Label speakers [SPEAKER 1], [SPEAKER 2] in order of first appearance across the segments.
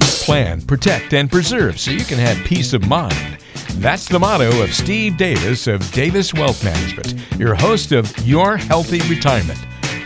[SPEAKER 1] plan, protect, and preserve so you can have peace of mind. That's the motto of Steve Davis of Davis Wealth Management, your host of Your Healthy Retirement.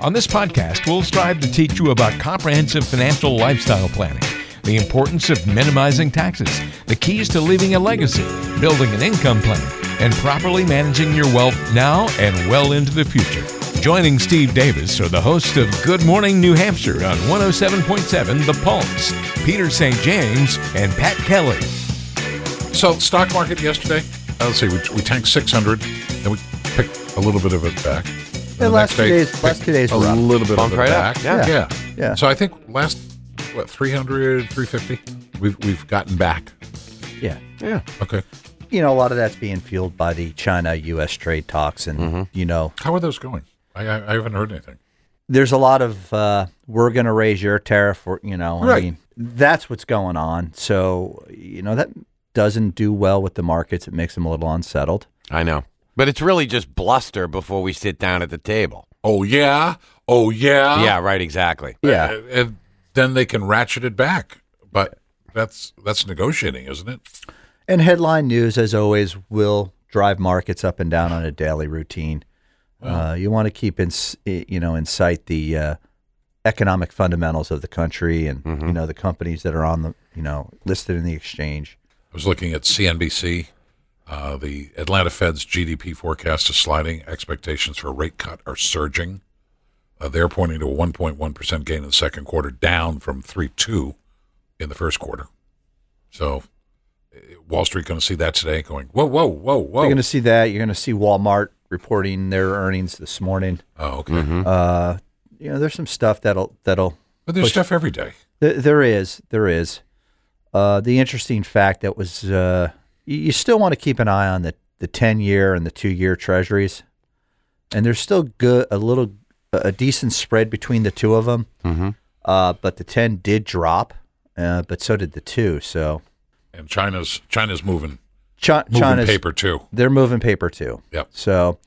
[SPEAKER 1] On this podcast, we'll strive to teach you about comprehensive financial lifestyle planning, the importance of minimizing taxes, the keys to leaving a legacy, building an income plan, and properly managing your wealth now and well into the future. Joining Steve Davis are the hosts of Good Morning New Hampshire on 107.7 The Pulse, Peter St. James, and Pat Kelly.
[SPEAKER 2] So stock market yesterday, Uh, let's see, we, we tanked 600, and we picked a little bit of it back. And
[SPEAKER 3] Yeah,
[SPEAKER 2] the
[SPEAKER 3] last
[SPEAKER 2] next
[SPEAKER 3] two
[SPEAKER 2] day,
[SPEAKER 3] days- last
[SPEAKER 2] picked
[SPEAKER 3] two days
[SPEAKER 2] a
[SPEAKER 3] were up.
[SPEAKER 2] little bit
[SPEAKER 4] Bumped
[SPEAKER 2] of it
[SPEAKER 4] right up,
[SPEAKER 2] back.
[SPEAKER 4] yeah.
[SPEAKER 2] yeah,
[SPEAKER 3] Yeah.
[SPEAKER 2] So I think last what 300, 350, we've we've gotten back.
[SPEAKER 3] Yeah.
[SPEAKER 4] Yeah.
[SPEAKER 2] Okay,
[SPEAKER 3] You know, a lot of that's being fueled by the China US trade talks. And, you know,
[SPEAKER 2] how are those going? I I, I haven't heard anything.
[SPEAKER 3] there's a lot of, uh, we're going to raise your tariff, or, you know, I
[SPEAKER 2] Right.
[SPEAKER 3] mean, that's what's going on. So, you know, that doesn't do well with the markets. It makes them a little unsettled.
[SPEAKER 4] I know. But it's really just bluster before we sit down at the table.
[SPEAKER 2] Oh yeah, oh
[SPEAKER 3] Uh-huh.
[SPEAKER 2] yeah,
[SPEAKER 4] yeah, right, exactly.
[SPEAKER 3] Yeah.
[SPEAKER 2] And, and then they can ratchet it back, but that's that's negotiating, isn't it?
[SPEAKER 3] And headline news, as always, will drive markets up and down on a daily routine. Uh, you want to keep in, s- i- you know, in sight the uh, economic fundamentals of the country and you know the companies that are on the, you know, listed in the exchange.
[SPEAKER 2] I was looking at CNBC. Uh, the Atlanta Fed's GDP forecast is sliding. Expectations for a rate cut are surging. Uh, they're pointing to a 1.1% gain in the second quarter, down from 3.2 in the first quarter. So eh, Wall Street going to see that today, going, whoa, whoa, whoa, whoa.
[SPEAKER 3] You're going to see that. You're going to see Walmart reporting their earnings this morning.
[SPEAKER 2] oh, okay.
[SPEAKER 3] Uh, you know, there's some stuff that'll that'll
[SPEAKER 2] But there's stuff every day.
[SPEAKER 3] Th- there is, there is. Uh, the interesting fact that was, uh, you, you still want to keep an eye on the the ten year and the two year treasuries, and there's still good a little a a decent spread between the two of them.
[SPEAKER 2] Mm-hmm.
[SPEAKER 4] Mhm.
[SPEAKER 3] Uh, but the ten did drop, uh, but so did the two. So
[SPEAKER 2] And China's China's moving,
[SPEAKER 3] Chi-
[SPEAKER 2] moving
[SPEAKER 3] China's
[SPEAKER 2] paper too.
[SPEAKER 3] they're moving paper too.
[SPEAKER 2] Yep.
[SPEAKER 3] So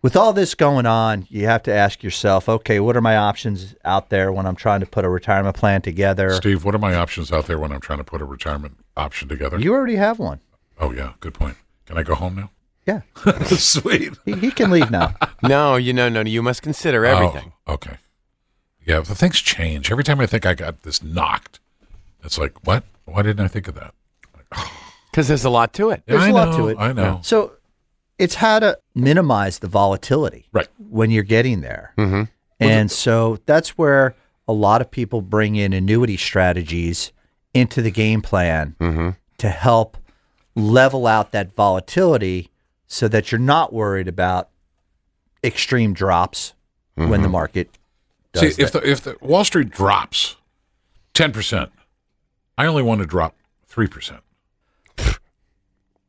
[SPEAKER 3] with all this going on, you have to ask yourself, okay, what are my options out there when I'm trying to put a retirement plan together?
[SPEAKER 2] Steve, what are my options out there when I'm trying to put a retirement option together?
[SPEAKER 3] You already have one.
[SPEAKER 2] oh, yeah. Good point. Can I go home now?
[SPEAKER 3] Yeah.
[SPEAKER 2] Sweet.
[SPEAKER 3] He, he can leave now.
[SPEAKER 4] No, you know, no, you must consider everything.
[SPEAKER 2] Oh, okay. Yeah, the things change. Every time I think I got this knocked, it's like, what? Why didn't I think of that?
[SPEAKER 4] Because there's a lot to it.
[SPEAKER 2] Yeah,
[SPEAKER 3] There's
[SPEAKER 2] I
[SPEAKER 3] a lot
[SPEAKER 2] know,
[SPEAKER 3] to it.
[SPEAKER 2] I know.
[SPEAKER 3] So it's how to minimize the volatility
[SPEAKER 2] Right.
[SPEAKER 3] when you're getting there. Mm-hmm. And so that's where a lot of people bring in annuity strategies into the game plan to help level out that volatility so that you're not worried about extreme drops when the market does
[SPEAKER 2] See, if the if the Wall Street drops ten percent, I only want to drop three percent.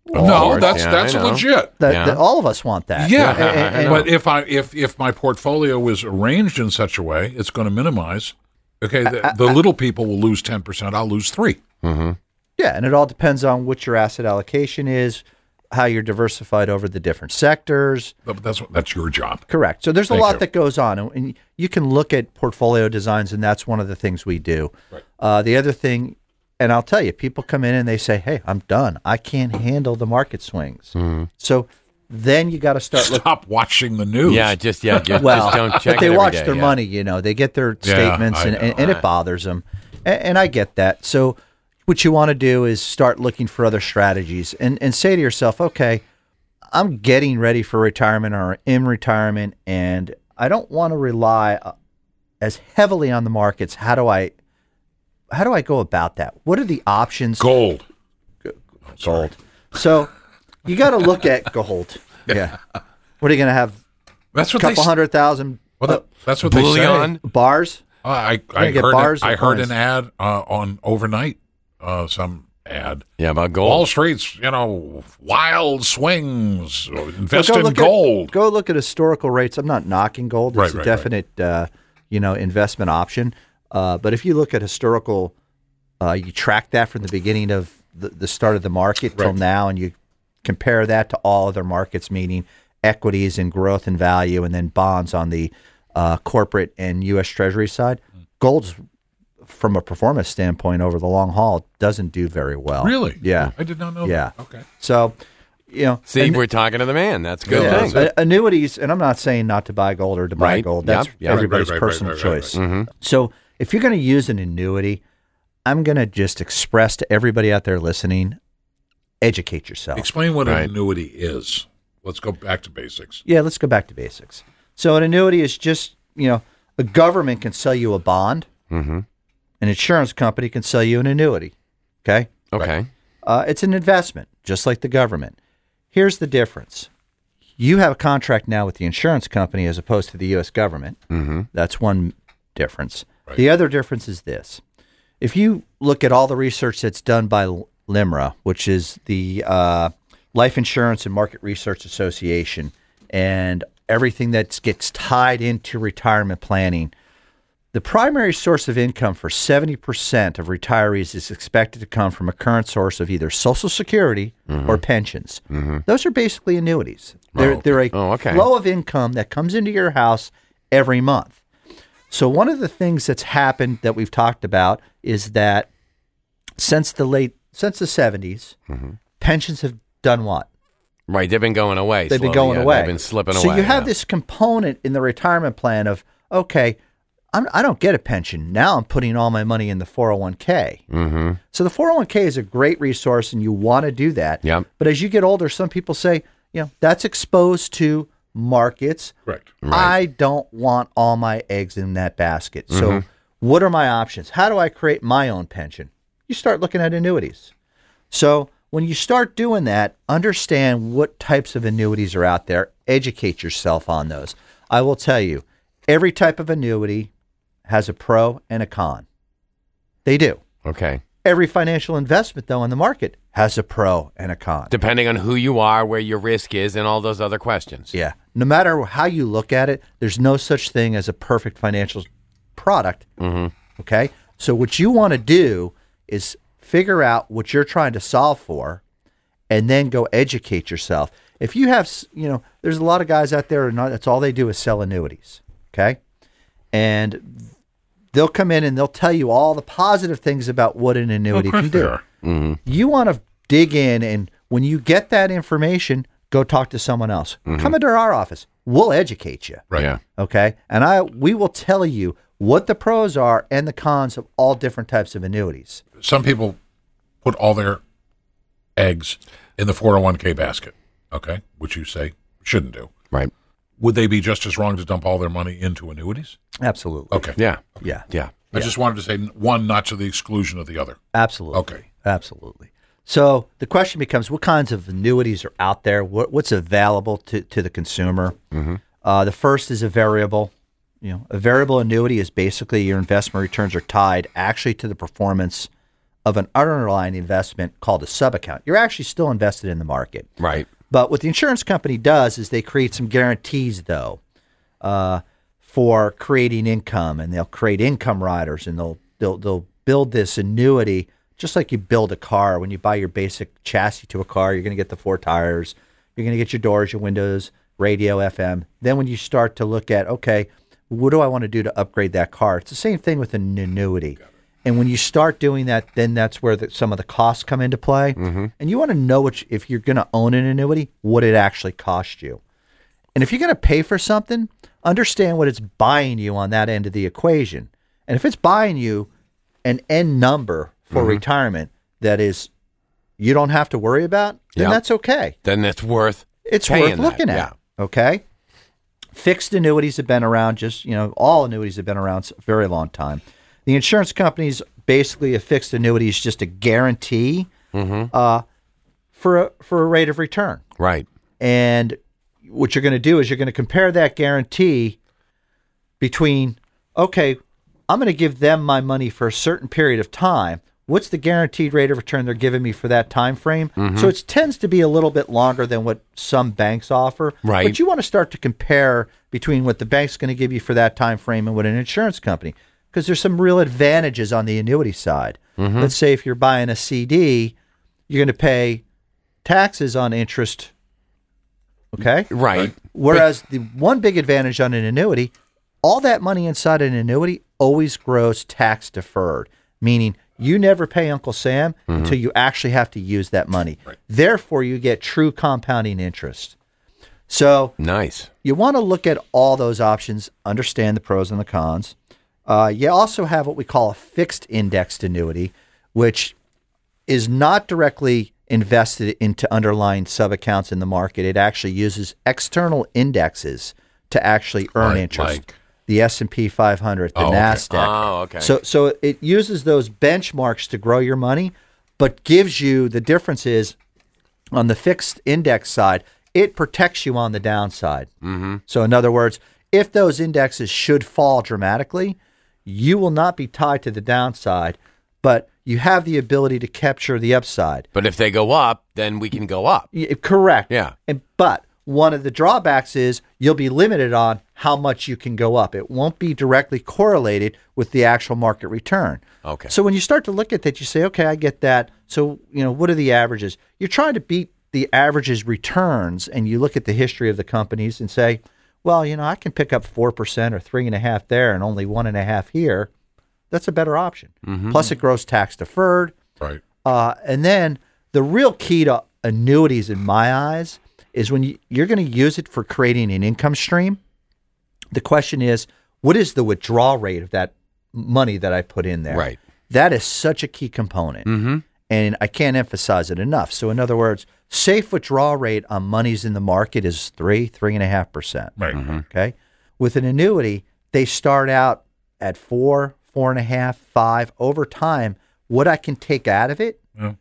[SPEAKER 2] No,
[SPEAKER 4] course,
[SPEAKER 2] that's
[SPEAKER 4] yeah,
[SPEAKER 2] that's
[SPEAKER 4] I know.
[SPEAKER 2] legit.
[SPEAKER 3] that.
[SPEAKER 4] yeah.
[SPEAKER 3] That all of us want that.
[SPEAKER 2] Yeah,
[SPEAKER 3] And- and- and-
[SPEAKER 2] but if I if if my portfolio was arranged in such a way, it's going to minimize. Okay, the, the little people will lose ten percent. I'll lose three.
[SPEAKER 3] Yeah, and it all depends on what your asset allocation is, how you're diversified over the different sectors.
[SPEAKER 2] But that's what that's your job.
[SPEAKER 3] Correct. So there's a
[SPEAKER 2] Thank
[SPEAKER 3] lot
[SPEAKER 2] you.
[SPEAKER 3] that goes on, and- and you can look at portfolio designs, and that's one of the things we do. Uh, the other thing, and I'll tell you, people come in and they say, "Hey, I'm done. I can't handle the market swings."
[SPEAKER 2] Mm-hmm.
[SPEAKER 3] So then you got to start looking.
[SPEAKER 2] Stop watching the news.
[SPEAKER 4] Yeah, just yeah, just,
[SPEAKER 3] Well,
[SPEAKER 4] just don't check.
[SPEAKER 3] but they
[SPEAKER 4] it every
[SPEAKER 3] watch
[SPEAKER 4] day,
[SPEAKER 3] their
[SPEAKER 4] yeah.
[SPEAKER 3] money. You know, they get their
[SPEAKER 2] Yeah,
[SPEAKER 3] statements,
[SPEAKER 2] I
[SPEAKER 3] and,
[SPEAKER 2] know.
[SPEAKER 3] and, and it bothers them. And, and I get that. So, what you want to do is start looking for other strategies, and and say to yourself, okay, I'm getting ready for retirement or in retirement, and I don't want to rely uh, as heavily on the markets. How do I? How do I go about that? What are the options?
[SPEAKER 2] Gold. Gold.
[SPEAKER 3] So, you got to look at gold. Yeah. What are you going to have?
[SPEAKER 2] That's
[SPEAKER 3] A
[SPEAKER 2] what
[SPEAKER 3] couple
[SPEAKER 2] they.
[SPEAKER 3] hundred thousand
[SPEAKER 2] Well, that, that's what they say.
[SPEAKER 4] Bullion.
[SPEAKER 3] bars?
[SPEAKER 2] Uh, I
[SPEAKER 3] gonna
[SPEAKER 2] I
[SPEAKER 3] get
[SPEAKER 2] heard
[SPEAKER 3] bars
[SPEAKER 2] an,
[SPEAKER 3] or
[SPEAKER 2] I heard
[SPEAKER 3] coins?
[SPEAKER 2] an ad uh, on overnight. Uh, some ad.
[SPEAKER 4] Yeah, about
[SPEAKER 2] Wall
[SPEAKER 4] gold.
[SPEAKER 2] Street's, you know, wild swings. Invest
[SPEAKER 3] Well, go
[SPEAKER 2] in
[SPEAKER 3] look at-
[SPEAKER 2] gold.
[SPEAKER 3] go look at historical rates. I'm not knocking gold. It's
[SPEAKER 2] Right,
[SPEAKER 3] a
[SPEAKER 2] right, right.
[SPEAKER 3] definite, uh, you know, investment option. Uh, but if you look at historical, uh, you track that from the beginning of the, the start of the market till
[SPEAKER 2] Right.
[SPEAKER 3] now, and you compare that to all other markets, meaning equities and growth and value, and then bonds on the uh, corporate and U.S. Treasury side. Gold's from a performance standpoint over the long haul doesn't do very well.
[SPEAKER 2] Really?
[SPEAKER 3] Yeah.
[SPEAKER 2] I did not know.
[SPEAKER 3] Yeah.
[SPEAKER 2] That. Okay.
[SPEAKER 3] So, you know,
[SPEAKER 4] See,
[SPEAKER 3] and-
[SPEAKER 4] we're talking to the man. That's a good.
[SPEAKER 3] yeah,
[SPEAKER 4] thing.
[SPEAKER 3] but annuities, and I'm not saying not to buy gold or to buy
[SPEAKER 4] Right.
[SPEAKER 3] gold.
[SPEAKER 4] Yep.
[SPEAKER 3] That's
[SPEAKER 4] Yep.
[SPEAKER 3] everybody's
[SPEAKER 2] Right, right, right,
[SPEAKER 3] personal
[SPEAKER 2] right, right, right. Mm-hmm.
[SPEAKER 3] choice. So if you're going to use an annuity, I'm going to just express to everybody out there listening, educate yourself.
[SPEAKER 2] Explain what
[SPEAKER 4] Right.
[SPEAKER 2] an annuity is. Let's go back to basics.
[SPEAKER 3] Yeah, let's go back to basics. So an annuity is just, you know, a government can sell you a bond,
[SPEAKER 2] Mm-hmm.
[SPEAKER 4] Mhm.
[SPEAKER 3] an insurance company can sell you an annuity. Okay?
[SPEAKER 4] Okay.
[SPEAKER 3] Uh, it's an investment, just like the government. Here's the difference you have a contract now with the insurance company as opposed to the U.S. government. Mm-hmm. That's one difference. The other difference is this if you look at all the research that's done by L- LIMRA, which is the uh, Life Insurance and Market Research Association, and everything that gets tied into retirement planning, the primary source of income for 70% of retirees is expected to come from a current source of either Social Security or pensions. Those are basically annuities. They're, they're a
[SPEAKER 4] Mm-hmm. Oh, okay.
[SPEAKER 3] flow of income that comes into your house every month. So, one of the things that's happened that we've talked about is that since the late, since the 70s,
[SPEAKER 4] Mm-hmm.
[SPEAKER 3] pensions have done what?
[SPEAKER 4] Right. They've been going away.
[SPEAKER 3] They've been
[SPEAKER 4] slowly,
[SPEAKER 3] going
[SPEAKER 4] yeah,
[SPEAKER 3] away.
[SPEAKER 4] They've been slipping
[SPEAKER 3] so
[SPEAKER 4] away.
[SPEAKER 3] you have
[SPEAKER 4] yeah.
[SPEAKER 3] this component in the retirement plan of okay, I'm, I don't get a pension now. I'm putting all my money in the 401k. Mm-hmm. So the 401k is a great resource, and you want to do that.
[SPEAKER 4] Yep.
[SPEAKER 3] But as you get older, some people say, you know, that's exposed to markets.
[SPEAKER 2] Correct.
[SPEAKER 3] I don't want all my eggs in that basket. So, what are my options? How do I create my own pension? You start looking at annuities. So, when you start doing that, understand what types of annuities are out there, educate yourself on those. I will tell you, every type of annuity has a pro and a con. They do.
[SPEAKER 4] Okay.
[SPEAKER 3] Every financial investment, though, in the market has a pro and a con.
[SPEAKER 4] Depending on who you are, where your risk is, and all those other questions.
[SPEAKER 3] Yeah. No matter how you look at it, there's no such thing as a perfect financial product. Mm-hmm. Okay. So, what you want to do is figure out what you're trying to solve for and then go educate yourself. If you have, s- you know, there's a lot of guys out there, and not- that's all they do is sell annuities. Okay. And they'll come in and they'll tell you all the positive things about what an annuity
[SPEAKER 2] Of course
[SPEAKER 3] can
[SPEAKER 2] they
[SPEAKER 3] do
[SPEAKER 2] are.
[SPEAKER 3] you want to dig in and when you get that information go talk to someone else come into our office we'll educate you
[SPEAKER 2] Right.
[SPEAKER 4] Yeah.
[SPEAKER 3] okay and i we will tell you what the pros are and the cons of all different types of annuities
[SPEAKER 2] Some people put all their eggs in the 401k basket. Okay, which you say shouldn't do.
[SPEAKER 4] Right.
[SPEAKER 2] Would they be just as wrong to dump all their money into annuities?
[SPEAKER 3] absolutely
[SPEAKER 2] Okay.
[SPEAKER 4] Yeah.
[SPEAKER 3] yeah
[SPEAKER 4] Yeah.
[SPEAKER 2] I just wanted to say one, not to the exclusion of the other.
[SPEAKER 3] absolutely
[SPEAKER 2] Okay.
[SPEAKER 3] absolutely so the question becomes what kinds of annuities are out there what, what's available to, to the consumer
[SPEAKER 2] Mm-hmm.
[SPEAKER 3] uh, the first is a variable you know a variable annuity is basically your investment returns are tied actually to the performance of an underlying investment called a sub account you're actually still invested in the market
[SPEAKER 4] Right.
[SPEAKER 3] but what the insurance company does is they create some guarantees, though, uh, for creating income, and they'll create income riders, and they'll they'll they'll build this annuity just like you build a car. When you buy your basic chassis to a car, you're going to get the four tires, you're going to get your doors, your windows, radio, FM. Then when you start to look at okay, what do I want to do to upgrade that car? It's the same thing with an annuity. And when you start doing that, then that's where the, some of the costs come into play. And you want to know what you- if you're going to own an annuity, what it actually cost you. And if you're going to pay for something, understand what it's buying you on that end of the equation. And if it's buying you an end number for retirement that is you don't have to worry about, then
[SPEAKER 4] Yeah.
[SPEAKER 3] that's okay
[SPEAKER 4] Then it's worth.
[SPEAKER 3] it's
[SPEAKER 4] paying
[SPEAKER 3] worth
[SPEAKER 4] that,
[SPEAKER 3] looking at. Okay. Fixed annuities have been around just, you know, all annuities have been around s- a very long time. The insurance companies basically a fixed annuity is just a guarantee
[SPEAKER 4] Mm-hmm.
[SPEAKER 3] uh, for a, for a rate of return.
[SPEAKER 4] Yeah. Right.
[SPEAKER 3] And what you're going to do is you're going to compare that guarantee between, okay, I'm going to give them my money for a certain period of time. What's the guaranteed rate of return they're giving me for that time frame? So it tends to be a little bit longer than what some banks offer.
[SPEAKER 4] Right.
[SPEAKER 3] But you want to start to compare between what the bank's going to give you for that time frame and what an insurance company, because there's some real advantages on the annuity side. Let's say if you're buying a CD, you're going to pay taxes on interest. Okay.
[SPEAKER 4] Right.
[SPEAKER 3] Whereas the one big advantage on an annuity, all that money inside an annuity always grows tax deferred, meaning you never pay Uncle Sam until you actually have to use that money. Therefore, you get true compounding interest. So
[SPEAKER 4] Nice.
[SPEAKER 3] you want to look at all those options, understand the pros and the cons. Uh, you also have what we call a fixed indexed annuity, which is not directly invested into underlying subaccounts in the market. It actually uses external indexes to actually earn
[SPEAKER 2] Like-
[SPEAKER 3] interest.
[SPEAKER 2] like?
[SPEAKER 3] The S and P 500, the
[SPEAKER 2] Oh, okay.
[SPEAKER 3] Nasdaq.
[SPEAKER 4] Oh, okay.
[SPEAKER 3] So so it uses those benchmarks to grow your money, but gives you the difference is on the fixed index side, it protects you on the downside. Mm-hmm. So in other words, if those indexes should fall dramatically, you will not be tied to the downside, but you have the ability to capture the upside.
[SPEAKER 4] But if they go up, then we can go up.
[SPEAKER 3] Y- correct.
[SPEAKER 4] Yeah.
[SPEAKER 3] And but one of the drawbacks is you'll be limited on how much you can go up. It won't be directly correlated with the actual market return.
[SPEAKER 4] Okay.
[SPEAKER 3] So when you start to look at that, you say, okay, I get that. So you know, what are the averages? You're trying to beat the averages returns, and you look at the history of the companies and say, well, you know, I can pick up four percent or three and a half there, and only one and a half here. That's a better option.
[SPEAKER 4] Mm-hmm.
[SPEAKER 3] Plus, it grows tax deferred.
[SPEAKER 2] Right.
[SPEAKER 3] Uh, and then the real key to annuities, in my eyes, is when you, you're going to use it for creating an income stream. The question is, what is the withdrawal rate of that money that I put in there?
[SPEAKER 4] Right.
[SPEAKER 3] That is such a key component. And I can't emphasize it enough. So, in other words, safe withdrawal rate on monies in the market is three, three and a half percent.
[SPEAKER 2] Right.
[SPEAKER 3] Okay. With an annuity, they start out at four, four and a half, five. Over time, what I can take out of it
[SPEAKER 2] Yeah.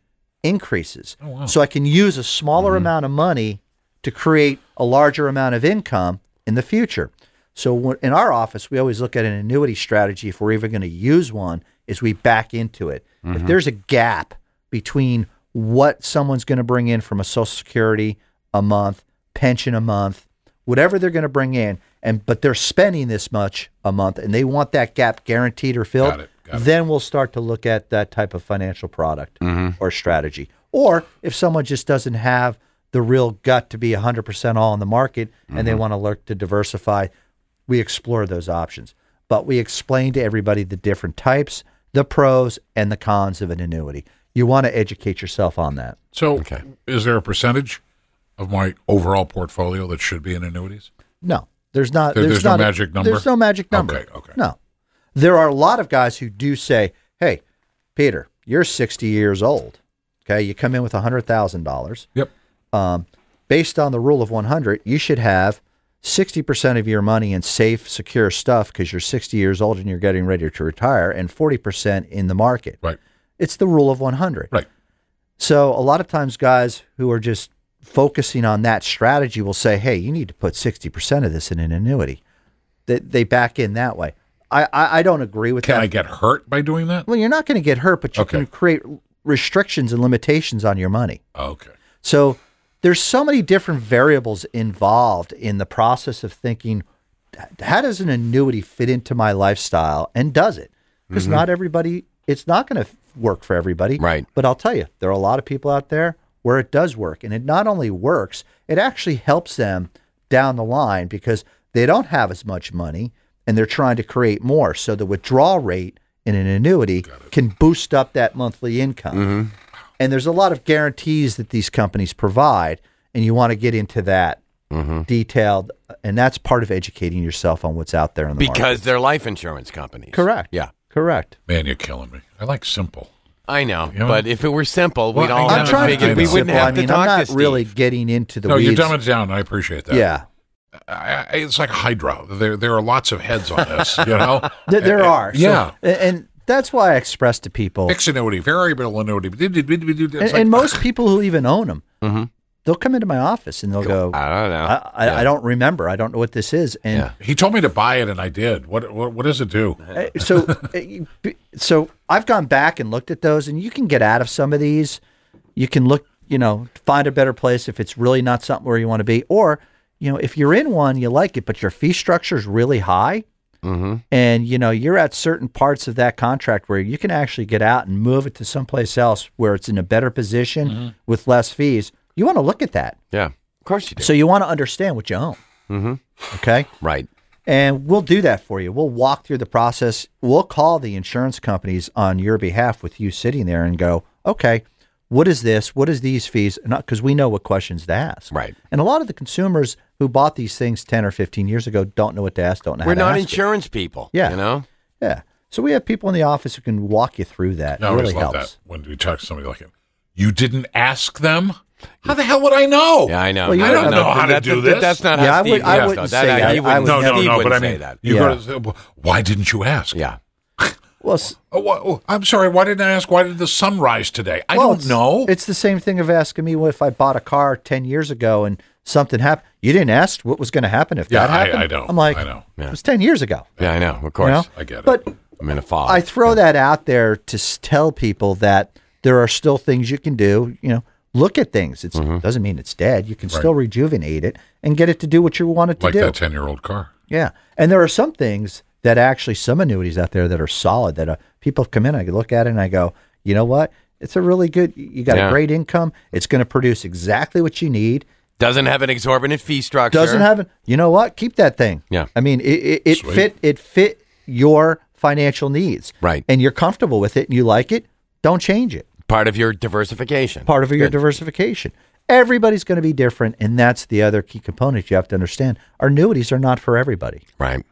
[SPEAKER 3] increases. So I can use a smaller amount of money to create a larger amount of income in the future. So when, in our office, we always look at an annuity strategy if we're even going to use one, is we back into it.
[SPEAKER 2] Mm-hmm.
[SPEAKER 3] If there's a gap between what someone's going to bring in from a Social Security a month, pension a month, whatever they're going to bring in, and but they're spending this much a month, and they want that gap guaranteed or filled,
[SPEAKER 2] Got it, got it.
[SPEAKER 3] then we'll start to look at that type of financial product
[SPEAKER 2] Mm-hmm.
[SPEAKER 3] or strategy. Or if someone just doesn't have the real gut to be 100% all in the market and
[SPEAKER 2] Mm-hmm.
[SPEAKER 3] they want to look to diversify, we explore those options. But we explain to everybody the different types, the pros and the cons of an annuity. You want to educate yourself on that.
[SPEAKER 2] So, is there a percentage of my overall portfolio that should be in annuities?
[SPEAKER 3] No, there's not.
[SPEAKER 2] There-
[SPEAKER 3] there's,
[SPEAKER 2] there's no
[SPEAKER 3] not a-
[SPEAKER 2] magic number?
[SPEAKER 3] There's no magic number.
[SPEAKER 2] Okay, okay.
[SPEAKER 3] No, there are a lot of guys who do say, "Hey, Peter, you're 60 years old. Okay, you come in with hundred thousand dollars. Um,
[SPEAKER 2] Yep.
[SPEAKER 3] Based on the rule of 100, you should have 60 percent of your money in safe, secure stuff because you're 60 years old and you're getting ready to retire, and 40 percent in the market.
[SPEAKER 2] Right.
[SPEAKER 3] It's the rule of 100.
[SPEAKER 2] Right.
[SPEAKER 3] So a lot of times guys who are just focusing on that strategy will say, "Hey, you need to put 60% of this in an annuity." They, they back in that way. I, I, I don't agree with
[SPEAKER 2] Can
[SPEAKER 3] that.
[SPEAKER 2] I get hurt by doing that?
[SPEAKER 3] well, you're not going to get hurt, but you
[SPEAKER 2] Okay.
[SPEAKER 3] can create restrictions and limitations on your money.
[SPEAKER 2] Okay.
[SPEAKER 3] So there's so many different variables involved in the process of thinking how does an annuity fit into my lifestyle and does it? Because not everybody, it's not going to work for everybody.
[SPEAKER 4] Right.
[SPEAKER 3] But I'll tell you, there are a lot of people out there where it does work. And it not only works, it actually helps them down the line because they don't have as much money and they're trying to create more. So the withdrawal rate in an annuity can boost up that monthly income. And there's a lot of guarantees that these companies provide, and you want to get into that
[SPEAKER 4] Mm-hmm.
[SPEAKER 3] detailed, and that's part of educating yourself on what's out there in the market.
[SPEAKER 4] Because they're life insurance companies.
[SPEAKER 3] correct,
[SPEAKER 4] Yeah.
[SPEAKER 3] correct.
[SPEAKER 2] Man, you're killing me. I like simple.
[SPEAKER 4] I know.
[SPEAKER 2] You know-
[SPEAKER 4] but if it were simple, we'd
[SPEAKER 2] Well,
[SPEAKER 4] all
[SPEAKER 2] I'm
[SPEAKER 4] have
[SPEAKER 2] trying to
[SPEAKER 4] it figured.
[SPEAKER 2] keep
[SPEAKER 4] We
[SPEAKER 2] it
[SPEAKER 4] wouldn't
[SPEAKER 2] simple.
[SPEAKER 4] have
[SPEAKER 3] I mean,
[SPEAKER 4] to talk
[SPEAKER 3] I'm
[SPEAKER 4] to
[SPEAKER 3] not
[SPEAKER 4] Steve.
[SPEAKER 3] really getting into the
[SPEAKER 2] no, you
[SPEAKER 3] weeds.
[SPEAKER 2] dumb it down. I appreciate that.
[SPEAKER 3] yeah,
[SPEAKER 2] I, I- it's like Hydra. There, there are lots of heads on this. You know, Eh,
[SPEAKER 3] there,
[SPEAKER 4] Eh,
[SPEAKER 3] there are. so-
[SPEAKER 2] Yeah.
[SPEAKER 3] a- and that's why I express to people,
[SPEAKER 2] fixed annuity, variable annuity. It's
[SPEAKER 3] and,
[SPEAKER 2] like,
[SPEAKER 3] and most people who even own them,
[SPEAKER 4] Mm-hmm.
[SPEAKER 3] they'll come into my office and they'll go, I,
[SPEAKER 4] I don't know.
[SPEAKER 3] I, I don't remember, I don't know what this is, and
[SPEAKER 4] "Ah, Yeah.
[SPEAKER 2] he told me to buy it, and I did. What, what, what does it do?
[SPEAKER 3] Uh, so uh, you- b- so I've gone back and looked at those and you can get out of some of these. You can look, you know, find a better place if it's really not something where you want to be or you know, if you're in one, you like it, but your fee structure is really high. And you know, you're at certain parts of that contract where you can actually get out and move it to someplace else where it's in a better position with less fees. You want to look at that.
[SPEAKER 4] yeah. Of course you do.
[SPEAKER 3] So you want to understand what you own. Mm-hmm. Okay.
[SPEAKER 4] right.
[SPEAKER 3] And we'll do that for you. We'll walk through the process. We'll call the insurance companies on your behalf with you sitting there and go, okay, what is this? What is these fees? Because we know what questions to ask.
[SPEAKER 4] Right.
[SPEAKER 3] And a lot of the consumers who bought these things 10 or 15 years ago don't know what to ask, don't know
[SPEAKER 4] We're
[SPEAKER 3] how to
[SPEAKER 4] not
[SPEAKER 3] ask it.
[SPEAKER 4] insurance people.
[SPEAKER 3] Yeah.
[SPEAKER 4] You know?
[SPEAKER 3] Yeah. So we have people in the office who can walk you through that.
[SPEAKER 2] No,
[SPEAKER 3] it
[SPEAKER 2] I
[SPEAKER 3] really
[SPEAKER 2] just love
[SPEAKER 3] helps.
[SPEAKER 2] that when we talk to somebody like him. You didn't ask them? How the hell would I know?
[SPEAKER 4] Yeah, I know.
[SPEAKER 3] Well, you
[SPEAKER 4] No,
[SPEAKER 3] don't
[SPEAKER 4] no,
[SPEAKER 2] know
[SPEAKER 4] no,
[SPEAKER 2] how to
[SPEAKER 4] that-
[SPEAKER 2] do
[SPEAKER 4] that-
[SPEAKER 2] this.
[SPEAKER 4] That's not
[SPEAKER 3] Yeah,
[SPEAKER 4] how
[SPEAKER 3] I
[SPEAKER 4] Steve
[SPEAKER 3] would- I
[SPEAKER 4] does,
[SPEAKER 3] wouldn't
[SPEAKER 4] though. That-
[SPEAKER 3] say that.
[SPEAKER 4] He
[SPEAKER 3] I
[SPEAKER 4] wouldn't,
[SPEAKER 3] would
[SPEAKER 2] No, no,
[SPEAKER 4] Steve
[SPEAKER 2] no.
[SPEAKER 4] wouldn't
[SPEAKER 2] But I
[SPEAKER 4] say
[SPEAKER 2] mean,
[SPEAKER 4] that.
[SPEAKER 2] you
[SPEAKER 4] yeah.
[SPEAKER 2] go to the, well, why didn't you ask?
[SPEAKER 4] yeah.
[SPEAKER 3] Well, s-
[SPEAKER 2] Oh, wha- oh, I'm sorry. Why didn't I ask? Why did the sun rise today? I
[SPEAKER 3] well,
[SPEAKER 2] don't
[SPEAKER 3] it's-
[SPEAKER 2] know.
[SPEAKER 3] It's the same thing of asking me if I bought a car 10 years ago and something happened. You didn't ask what was going to happen if
[SPEAKER 2] Yeah,
[SPEAKER 3] that
[SPEAKER 2] I-
[SPEAKER 3] happened.
[SPEAKER 2] I know.
[SPEAKER 3] I'm like,
[SPEAKER 2] I know.
[SPEAKER 3] it was 10 years ago.
[SPEAKER 4] Yeah, I know. Of
[SPEAKER 3] you
[SPEAKER 4] course.
[SPEAKER 3] know?
[SPEAKER 2] I get it.
[SPEAKER 3] But
[SPEAKER 4] I'm in a fog.
[SPEAKER 3] I throw that out there to s- tell people that there are still things you can do. You know, look at things. It
[SPEAKER 2] Mm-hmm.
[SPEAKER 3] doesn't mean it's dead. You can still rejuvenate it and get it to do what you want it to
[SPEAKER 2] like
[SPEAKER 3] do.
[SPEAKER 2] that 10 year old car.
[SPEAKER 3] Yeah, and there are some things that actually some annuities out there that are solid that uh, people have come in. I look at it and I go, you know what? It's a really good. You got
[SPEAKER 4] Yeah.
[SPEAKER 3] a great income. It's going to produce exactly what you need.
[SPEAKER 4] Doesn't have an exorbitant fee structure.
[SPEAKER 3] Doesn't have an, You know what? Keep that thing.
[SPEAKER 4] Yeah.
[SPEAKER 3] I mean, it it, it
[SPEAKER 2] Sweet.
[SPEAKER 3] fit it fit your financial needs.
[SPEAKER 4] Right.
[SPEAKER 3] And you're comfortable with it and you like it. Don't change it.
[SPEAKER 4] part of your diversification.
[SPEAKER 3] Part of your
[SPEAKER 4] Good.
[SPEAKER 3] diversification. Everybody's going to be different, and that's the other key component you have to understand. Our annuities are not for everybody
[SPEAKER 4] Right.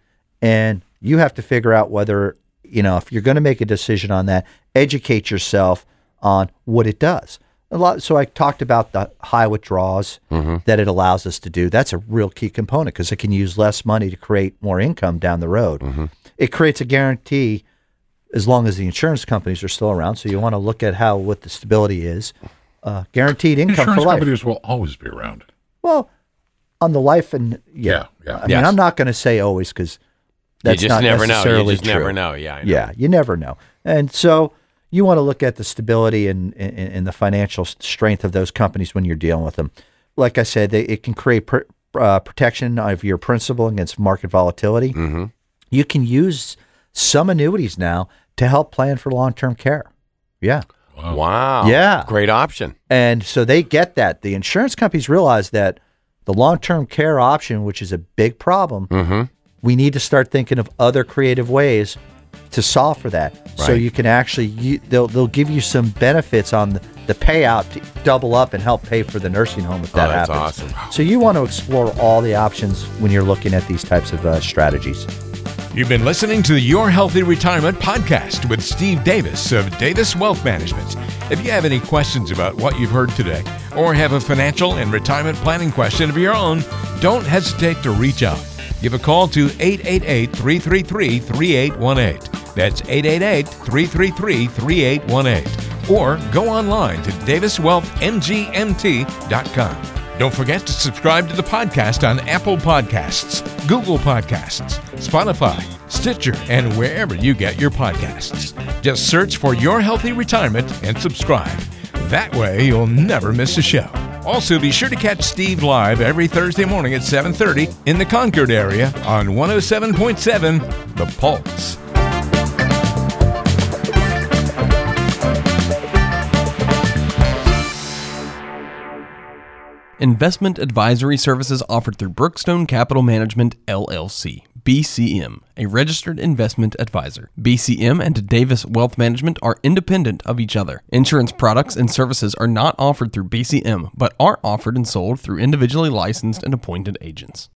[SPEAKER 3] and you have to figure out whether you know if you're going to make a decision on that educate yourself on what it does a lot so i talked about the high withdrawals that it allows us to do that's a real key component because it can use less money to create more income down the road it creates a guarantee as long as the insurance companies are still around so you want to look at how what the stability is uh, guaranteed income
[SPEAKER 2] Insurance
[SPEAKER 3] for life
[SPEAKER 2] companies will always be around.
[SPEAKER 3] well on the life and yeah,
[SPEAKER 2] Yeah, yeah.
[SPEAKER 3] i mean
[SPEAKER 4] Yes.
[SPEAKER 3] i'm not going to say always because that's
[SPEAKER 4] you just
[SPEAKER 3] not
[SPEAKER 4] never know. You
[SPEAKER 3] necessarily
[SPEAKER 4] just
[SPEAKER 3] true.
[SPEAKER 4] never know. Yeah. I know.
[SPEAKER 3] Yeah, you never know. And so you want to look at the stability and, and, and the financial s- strength of those companies when you're dealing with them. Like I said, they, it can create pr- uh, protection of your principal against market volatility.
[SPEAKER 4] Mm. Mm-hmm.
[SPEAKER 3] You can use some annuities now to help plan for long term care. Yeah.
[SPEAKER 4] Wow.
[SPEAKER 3] Yeah.
[SPEAKER 4] Great option.
[SPEAKER 3] And so they get that. The insurance companies realize that the long term care option, which is a big problem,
[SPEAKER 4] Mm-hmm.
[SPEAKER 3] we need to start thinking of other creative ways to solve for that. So
[SPEAKER 4] Right.
[SPEAKER 3] you can actually, you, they'll, they'll give you some benefits on the, the payout to double up and help pay for the nursing home if that
[SPEAKER 4] Oh, that's
[SPEAKER 3] happens.
[SPEAKER 4] awesome.
[SPEAKER 3] So you want to explore all the options when you're looking at these types of uh, strategies.
[SPEAKER 1] You've been listening to the Your Healthy Retirement podcast with Steve Davis of Davis Wealth Management. If you have any questions about what you've heard today or have a financial and retirement planning question of your own, don't hesitate to reach out. Give a call to 888 333 3818. That's 888 333 3818. Or go online to daviswealthmgmt.com. Don't forget to subscribe to the podcast on Apple Podcasts, Google Podcasts, Spotify, Stitcher, and wherever you get your podcasts. Just search for Your Healthy Retirement and subscribe. That way, you'll never miss a show. Also, be sure to catch Steve live every Thursday morning at 7:30 in the Concord area on 107.7 The Pulse.
[SPEAKER 5] Investment advisory services offered through Brookstone Capital Management LLC, BCM, a registered investment advisor. BCM and Davis Wealth Management are independent of each other. Insurance products and services are not offered through BCM, but are offered and sold through individually licensed and appointed agents.